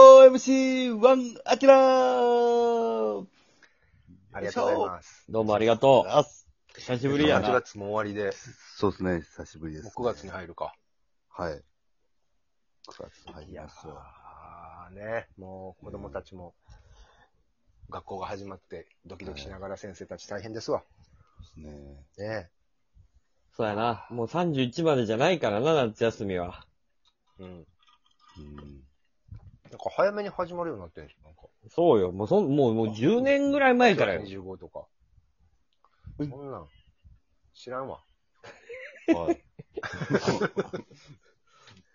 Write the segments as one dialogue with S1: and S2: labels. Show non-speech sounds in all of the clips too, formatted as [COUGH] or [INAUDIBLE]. S1: 4MC1 アキラー
S2: ありがとうございます。
S3: どうもありがと
S1: あ
S3: う。久しぶりや
S2: 8
S3: な。
S2: 月も終わりで、
S4: そうですね、久しぶりです、
S2: もう9月に入るか。
S4: はい。9月に入りますよ。
S2: あーね、もう子供たちも、学校が始まって、ドキドキしながら先生たち大変ですわ。
S4: ですね。
S2: ね
S3: そうやな。もう31までじゃないからな、夏休みは。
S2: え。うん。
S4: うん。
S2: なんか早めに始まるようになってるんですよ、なんか。
S3: そうよ。もうそん、もう、もう10年ぐらい前からよ。
S2: 25とか。
S1: うん
S2: そんなん、知らんわ。
S4: はい。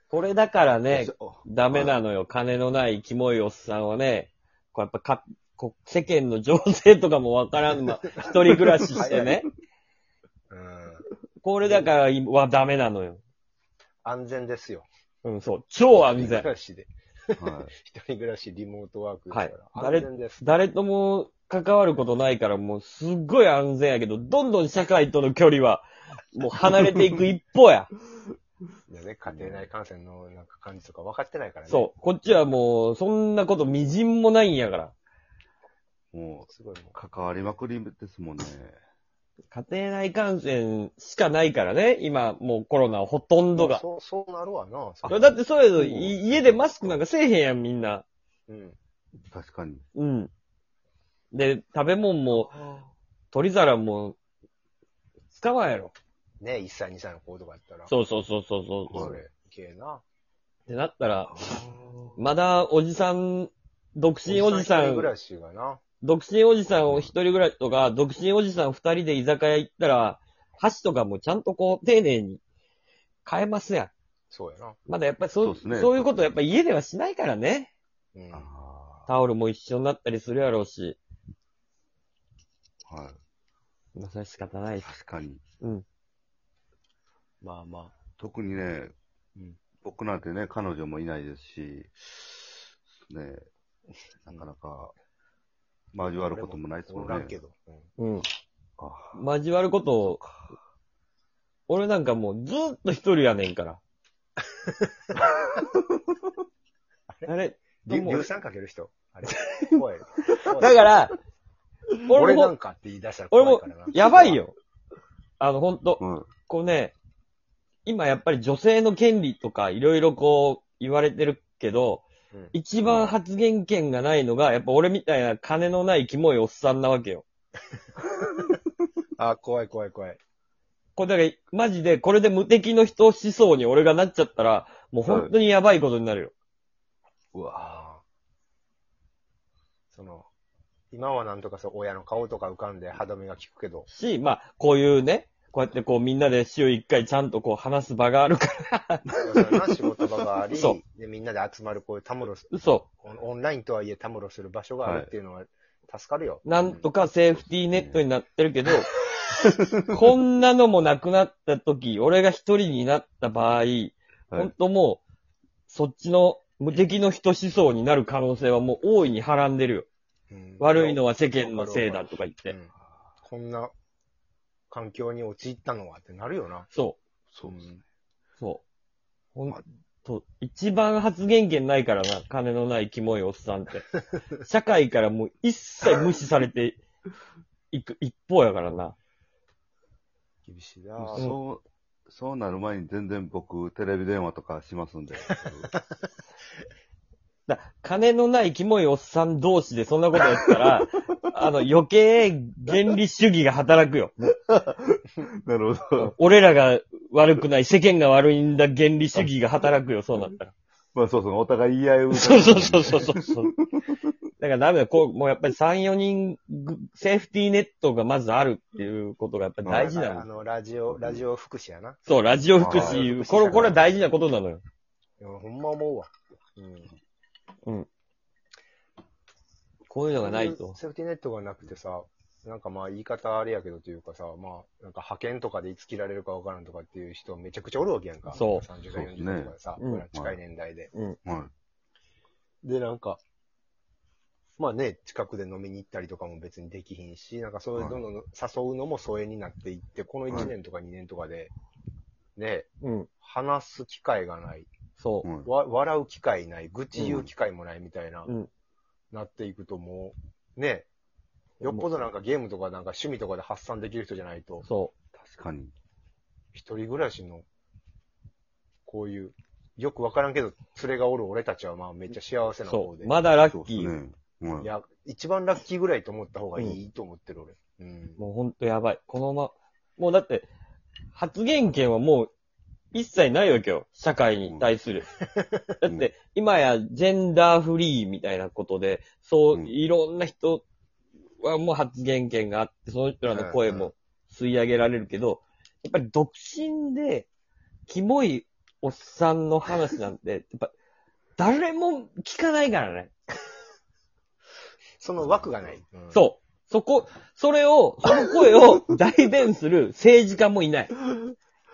S3: これだからね、
S4: お
S3: ダメなのよ。金のないキモいおっさんはね、こうやっぱか、こう世間の情勢とかもわからんま、一人暮らししてね。
S2: うん。
S3: これだから今はダメなのよ。
S2: 安全ですよ。
S3: うん、そう。超安
S2: 一人
S3: 全。
S2: 暮らしで。
S4: はい。
S2: 一人暮らし、リモートワークですから。
S3: はい
S2: 安全です。
S3: 誰とも関わることないから、もうすっごい安全やけど、どんどん社会との距離は、もう離れていく一方 [LAUGHS] や。
S2: いやね、家庭内感染のなんか感じとか分かってないからね。
S3: そう。こっちはもう、そんなことみじんもないんやから。
S4: も
S2: すごいもう
S4: う、関わりまくりですもんね。
S3: 家庭内感染しかないからね、今、もうコロナほとんどが。
S2: そう、そうなるわな。、
S3: いやだっててそうやぞ、い家でマスクなんかせえへんやん、みんな。
S2: うん。
S4: 確かに。
S3: うん。で、食べ物も、取り皿も、使わんやろ。
S2: ね、1歳、2歳の子とかやったら。
S3: そうそうそうそうそう。
S2: そ
S3: っ
S2: れ、系な。
S3: てなったら、まだおじさん、独身おじさ
S2: 一人
S3: ん、
S2: 暮らしがな。
S3: 独身おじさんを一人ぐらいとか、独身おじさん二人で居酒屋行ったら、箸とかもちゃんとこう、丁寧に変えますやん。
S2: そうやな。
S3: まだやっぱりそう
S4: そうですね
S3: そういうことやっぱ家ではしないからね。
S2: うん。
S4: あ
S3: タオルも一緒になったりするやろうし。
S4: あ。はい。
S3: まあ、それは仕方ないし。
S4: 確かに。
S3: うん。
S2: まあまあ。
S4: 特にね、
S2: うん
S4: 僕なんてね、彼女もいないですし、ね、なかなか、交わることもないですも
S2: お
S4: ん
S2: ら
S4: ね
S2: ん。けど。うん
S3: うん。
S4: あ
S3: 交わることを、俺なんかもうずーっと一人やねん [LAUGHS] から。あれ
S2: りゅ
S3: どうも
S2: 硫酸かける人
S3: [LAUGHS]
S2: あれ。怖い。だ
S3: だか、ら、俺
S2: 俺
S3: も
S2: なんかって言い出したら怖いからな。
S3: やばい。よ。あの、ほんと
S4: ー、うん。
S3: こうね、今やっぱり女性の権利とかいろいろこう言われてるけど、
S2: うん
S3: 一番発言権がないのが、やっぱ俺みたいな金のないキモいおっさんなわけよ。
S2: あ、怖い怖い怖い。
S3: これだから、マジでこれで無敵の人思想に俺がなっちゃったら、もう本当にやばいことになるよ。
S4: うわ
S2: ああ。その、今はなんとかそう、親の顔とか浮かんで歯止めが効くけど。
S3: し、まあ、こういうね、こうやってこうみんなで週一回ちゃんとこう話す場があるから、
S2: そうやな仕事場があり
S3: そ、
S2: で、みんなで集まる、こういうたむろす、
S3: 嘘。
S2: オンオンラインとはいえたむろする場所があるっていうのは助かるよ。
S3: なんとかセーフティーネットになってるけど、こんなのもなくなった時、俺が一人になった場合、
S4: は
S3: 本
S4: い。
S3: 当もう、そっちの無敵の人思想になる可能性はもう大いにはらんでるよ。
S2: うん
S3: 悪いのは世間のせいだとか言っ
S2: う
S3: て。
S2: んこんな環境に陥ったのはってなるよな。
S3: そ
S4: そうですね。
S3: う、そう。ほ
S4: ま
S3: んと、一番発言権ないからな、金のないキモいおっさんって。社会からもう一切無視されていく一方やからな。
S2: 厳しい
S4: でも
S2: な。
S4: そう、そうなる前に全然僕、テレビ電話とかしますんで。
S3: だ金のないキモいおっさん同士でそんなことやった
S4: [LAUGHS]
S3: ら、あの余計原理主義が働くよ。
S4: なるほど。
S3: 俺らが悪くない、世間が悪いんだ原理主義が働くよ、そうなったら。
S4: まあそうそう、お互い言い合いを。
S3: そうそうそうそうそうそう。だからダメだ、こう、もうやっぱり3、4人ぐ、セーフティーネットがまずあるっていうことがやっぱり大事
S2: だ
S3: な
S2: からあ
S3: の。
S2: の、ラジオ、ラジオ福祉やな。
S3: そう、ラジオ福
S4: あ
S2: ー
S3: 祉、これ、これは大事なことなのよ。
S2: いやほんま思うわ。うん。
S3: こういうのがないと。
S2: セーフティーネットがなくてさ、なんかまあ言い方あれやけどというかさ、まあなんか派遣とかでいつ切られるかわからんとかっていう人めちゃくちゃおるわけやんか。
S3: そう
S2: 30代、40代とかでさ、
S3: そう
S2: 僕
S3: ですね
S2: ら近い年代で。
S4: は
S2: で、なんか、まあね、近くで飲みに行ったりとかも別にできひんし、なんかそういう
S4: はい
S2: どんどん誘うのも疎遠になっていって、この1年とか2年とかで、ね、
S3: うん。
S2: 話す機会がない。
S3: そうう。
S4: ん。
S2: わ笑う機会ない、愚痴言う機会もないみたいな、
S3: うん
S2: なっていくともう、ね、よっぽどなんかゲームとかなんか趣味とかで発散できる人じゃないと、
S3: そ
S4: 確かに。
S2: 一人暮らしの、こういう、よくわからんけど、連れがおる俺たちはまあめっちゃ幸せ
S3: う。
S2: な
S3: そ
S2: 方で。
S3: う。まだラ
S4: そう
S3: ッ
S4: で
S3: キ
S4: す
S3: ー。
S4: ね。うん
S2: い。や、一番ラッキーぐらいと思った方がいいと思ってる俺。うん。
S3: もうほんとやばい。このま、もうだって、発言権はもう一切ないわけよ。社会に対する。
S4: う
S3: だ
S4: ん
S3: って、今やジェンダーフリーみたいなことで、そうう、
S4: ん
S3: いろんな人はもう発言権があって、その人らの声
S2: うんうん
S3: も吸い上げられるけど、やっぱり独身で、キモいおっさんの話なん
S4: [LAUGHS]
S3: て、やっぱ、誰も聞かないからね。
S2: その枠がない。うん
S3: そう。そこ、それを、その声を代弁する政治家もいない。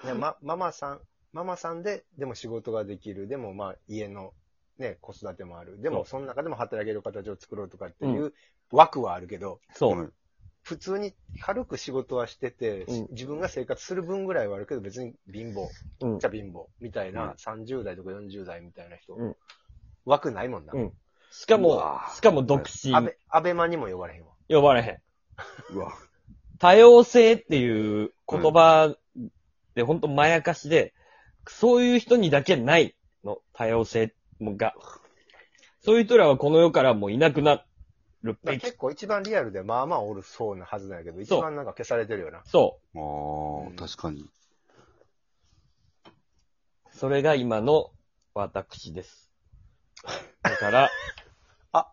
S2: ね、ま、ママさん、ママさんで、でも仕事ができる、でもまあ家のね、子育てもある、でもその中でも働ける形を作ろうとかっていうう枠はあるけど、
S3: そう。
S4: うん
S2: 普通に軽く仕事はしてて、
S3: うん
S2: 自分が生活する分ぐらいはあるけど、別に貧乏、
S3: うん
S2: めっちゃ貧乏、みたいな、
S4: うん
S2: 30代とか40代みたいな人、
S3: うん
S2: 枠ないもんな。
S3: うんしか
S4: う
S3: も
S4: わ、ー
S3: しかも独身
S2: ア、ベ、アベマにも呼ばれへんわ。
S3: 呼ばれへん。
S4: うわ。
S3: 多様性っていう言葉でほんとまやかしで、そういう人にだけないの、多様性が。そういう人らはこの世からもういなくなる
S2: だか
S3: べ
S2: ら
S3: き。
S2: 結構一番リアルで、まあまあおるそうなはずなんやけど、一
S3: そう
S2: 番なんか消されてるよな。
S3: そ
S4: あ
S2: うん
S4: あ、確かに。
S3: う。それが今の私です。だから、 [LAUGHS]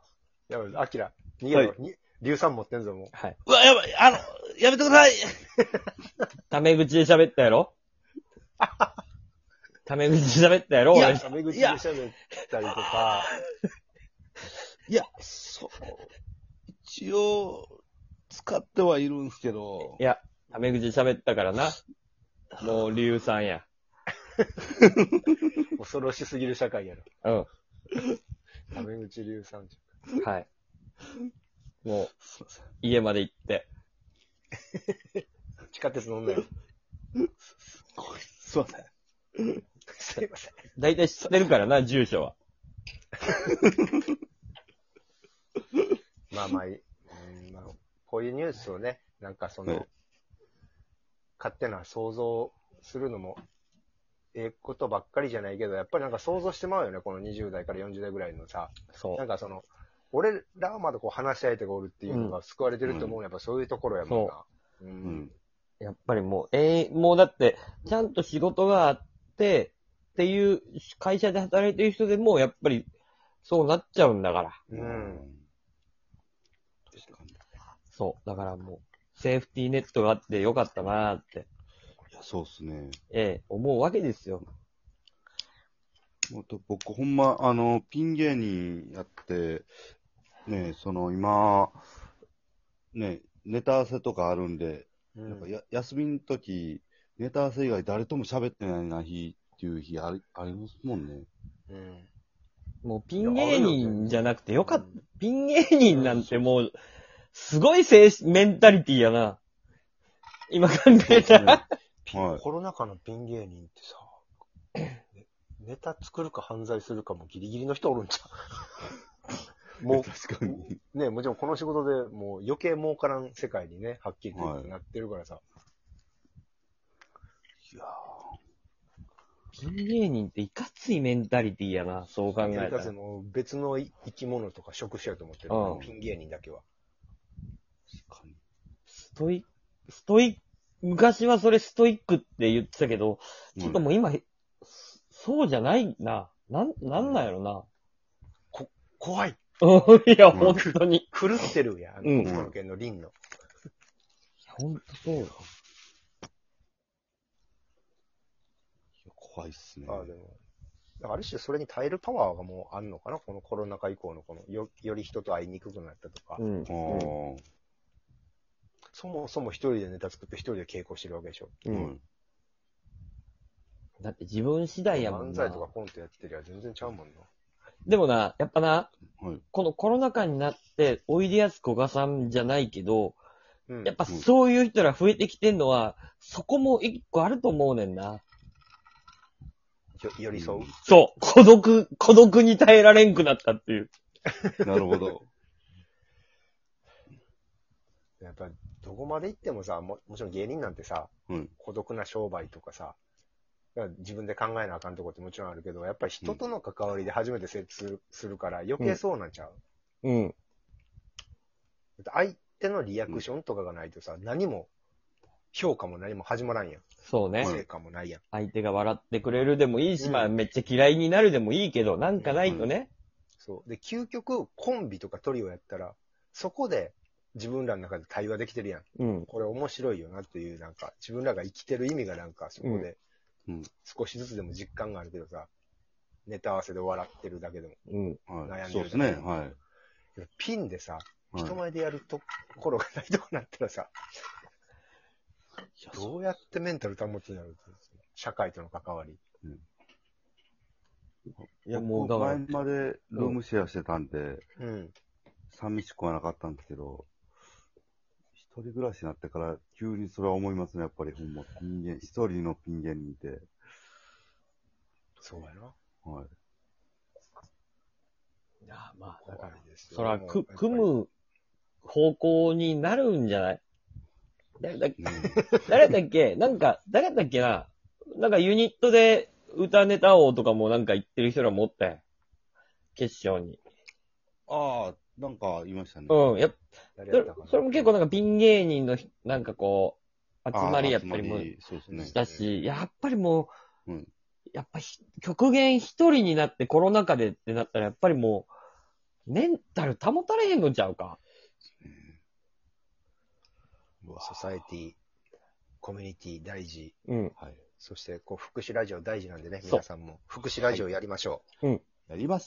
S2: やばい、アキラ、逃げろ、
S4: は
S2: に硫酸持ってんぞ、もう。
S3: はい。
S1: うわ、やばい、あの、やめてください。
S3: タメ口で喋ったやろタメ口で喋ったやろ
S1: いや
S3: 俺
S2: タメ口で喋ったりとか、
S1: いや、そう、一応、使ってはいるんですけど
S3: い、や、タメ口で喋ったからな。もう、竜さんや。
S2: 恐ろしすぎる社会やろ。
S3: うん。
S2: タメ口硫酸じ
S3: はい。もう、家まで行って。
S2: ゃん。地下鉄乗
S1: [LAUGHS]
S2: んなよ。
S1: すいません。
S2: [LAUGHS] すいません。
S3: だいたい知ってるからな、住所は。
S2: まあまあいい、うんまあ、こういうニュースをね、なんかその、
S4: はい
S2: 勝手な想像するのも、ええことばっかりじゃないけど、やっぱりなんか想像してまうよね、この20代から40代ぐらいのさ。
S3: そ
S2: な
S3: う。
S2: んかその、俺らはまだこう話し合い手がおるっていうのが救われてると思うのはやっぱそういうところやもんな。う
S4: うんん。。
S3: やっぱりもう、ええもうだって、ちゃんと仕事があって、っていう会社で働いてる人でも、やっぱり、そうなっちゃうんだから。
S2: うん。
S4: 確かに。い
S3: そう。だからもう、セーフティーネットがあってよかったなーって、
S4: や、そうっすね。
S3: ええ思うわけですよ。
S4: もっと僕、ほんま、あの、ピン芸人やって、ね、その、今、ね、ネタ合わせとかあるんで、
S2: うん
S4: やっぱや休みの時、ネタ合わせ以外誰とも喋ってないな日っていう日ありありますもんね。
S2: うん
S3: もう、ピン芸人じゃなくてよかった。
S2: うん
S3: ピン芸人なんてもう、すごい精神、メンタリティーやな。今考え
S4: [LAUGHS]
S3: たら。
S4: ねはい
S2: コロナ禍のピン芸人ってさ、 [COUGHS] ねネタ作るか犯罪するかもギリギリの人おるんちゃうも
S4: 確かに。
S2: う、ね、もちろんこの仕事でもう余計儲からん世界にね、はっきり
S4: は
S2: と
S4: い
S2: なってるからさ、
S4: いや
S3: ピン芸人っていかついメンタリティーやな、そう考えた
S2: いからつ。もう別の生き物とか職種やと思ってる、
S3: うん
S2: ピン芸人だけは。
S4: ー確かに。
S3: ストイ、ストイ、昔はそれストイックって言ってたけど、ちょっともう今、そそうじゃないな。なん、なんなんやろな。
S2: 怖い
S3: [LAUGHS] うん、いや、
S4: うん
S3: 本当に。
S2: 狂ってるやん、あ
S3: う
S2: の、
S3: ん
S2: 北斗県の凛の。
S3: 本当そうよ。
S4: いや怖いっすね。
S2: ああ、でも。だからある種それに耐えるパワーがもうあんのかなこのコロナ禍以降のこのよ、より人と会いにくくなったとか、
S3: うん。
S4: あー
S2: そもそも一人でネタ作って一人で稽古してるわけでしょ。
S3: う。
S4: うんん。
S3: だって自分次第やもん
S2: 漫
S3: な
S2: 才とか。コントやってりゃ全然ちゃうもんな。
S3: でもな、やっぱな、
S4: はい。
S3: このコロナ禍になって、おいでやすこがさんじゃないけど、
S2: うん
S3: やっぱそういう人ら増えてきてんのは、そこも一個あると思うねんな。
S2: よ寄り添う。
S3: そう。孤独、孤独に耐えられんくなったっていう。
S4: なるほど。
S2: やっぱ、どこまで行ってもさ、ももちろん芸人なんてさ、
S4: うん
S2: 孤独な商売とかさ、だから自分で考えなあかんとこってもちろんあるけど、やっぱり人との関わりで初めて接するするから余計そうなんちゃう、
S3: うん。
S2: だって相手のリアクションとかがないとさ、何も、評価も何も始まらんやん。
S3: そうね。
S2: 成果もないやん。
S3: 相手が笑ってくれるでもいいし、
S2: うん
S3: まあめっちゃ嫌いになるでもいいけど、なんかないとね。
S2: そう。で、究極、コンビとかトリオやったら、そこで自分らの中で対話できてるやん。
S3: うん。
S2: これ面白いよなっていう、なんか、自分らが生きてる意味がなんか、そこで
S4: うんうん、
S2: 少しずつでも実感があるけどさ、ネタ合わせで笑ってるだけでも。
S3: うん。
S4: は
S2: 悩ん
S4: い。
S2: で
S4: そう
S2: る
S4: ですね。は
S2: ピンでさ、
S4: い。
S2: 人
S4: は
S2: 前でやるところがないとこなったらさ、どうやってメンタル保つんやろうって社会との関わり。
S4: い。
S3: いや、もう、だ
S4: 僕
S3: から
S4: 前、までルームシェアしてたんで、
S2: うん。
S4: 寂しくはなかったんですけど、一人暮らしになってから急にそれは思いますね、やっぱり。ほんま、ピン芸人、一人のピン芸人で。
S2: そうやな。
S4: はい。
S3: いやまあ、
S2: だ
S3: だか
S2: か
S3: ら
S2: ら、ですよ。
S3: そら、
S2: もう
S3: く、
S2: やっぱり
S3: 組む方向になるんじゃない誰だっけ
S4: う
S3: 誰だっけなんか、誰だっけななんかユニットで歌ネタ王とかもなんか言ってる人らもおったやん。決勝に。
S4: ん [LAUGHS] ああ、なんか言いましたね。
S3: うん。やっ
S2: 誰
S3: そ
S2: やっ
S3: れ
S2: たかな
S3: それも結構なんかピン芸人のひ、なんかこう、集まりやっぱりも
S4: あー集まそうですね。
S3: したし、やっぱりもう、
S4: うん
S3: やっぱひ極限一人になってコロナ禍でってなったら、やっぱりもう、メンタル保たれへんのちゃうか。
S4: うわ
S2: ソサエティ、コミュニティ大事、
S3: うん。
S4: はい。
S2: そしてこう福祉ラジオ大事なんでね、
S3: そう
S2: 皆さんも福祉ラジオやりましょう。
S4: やります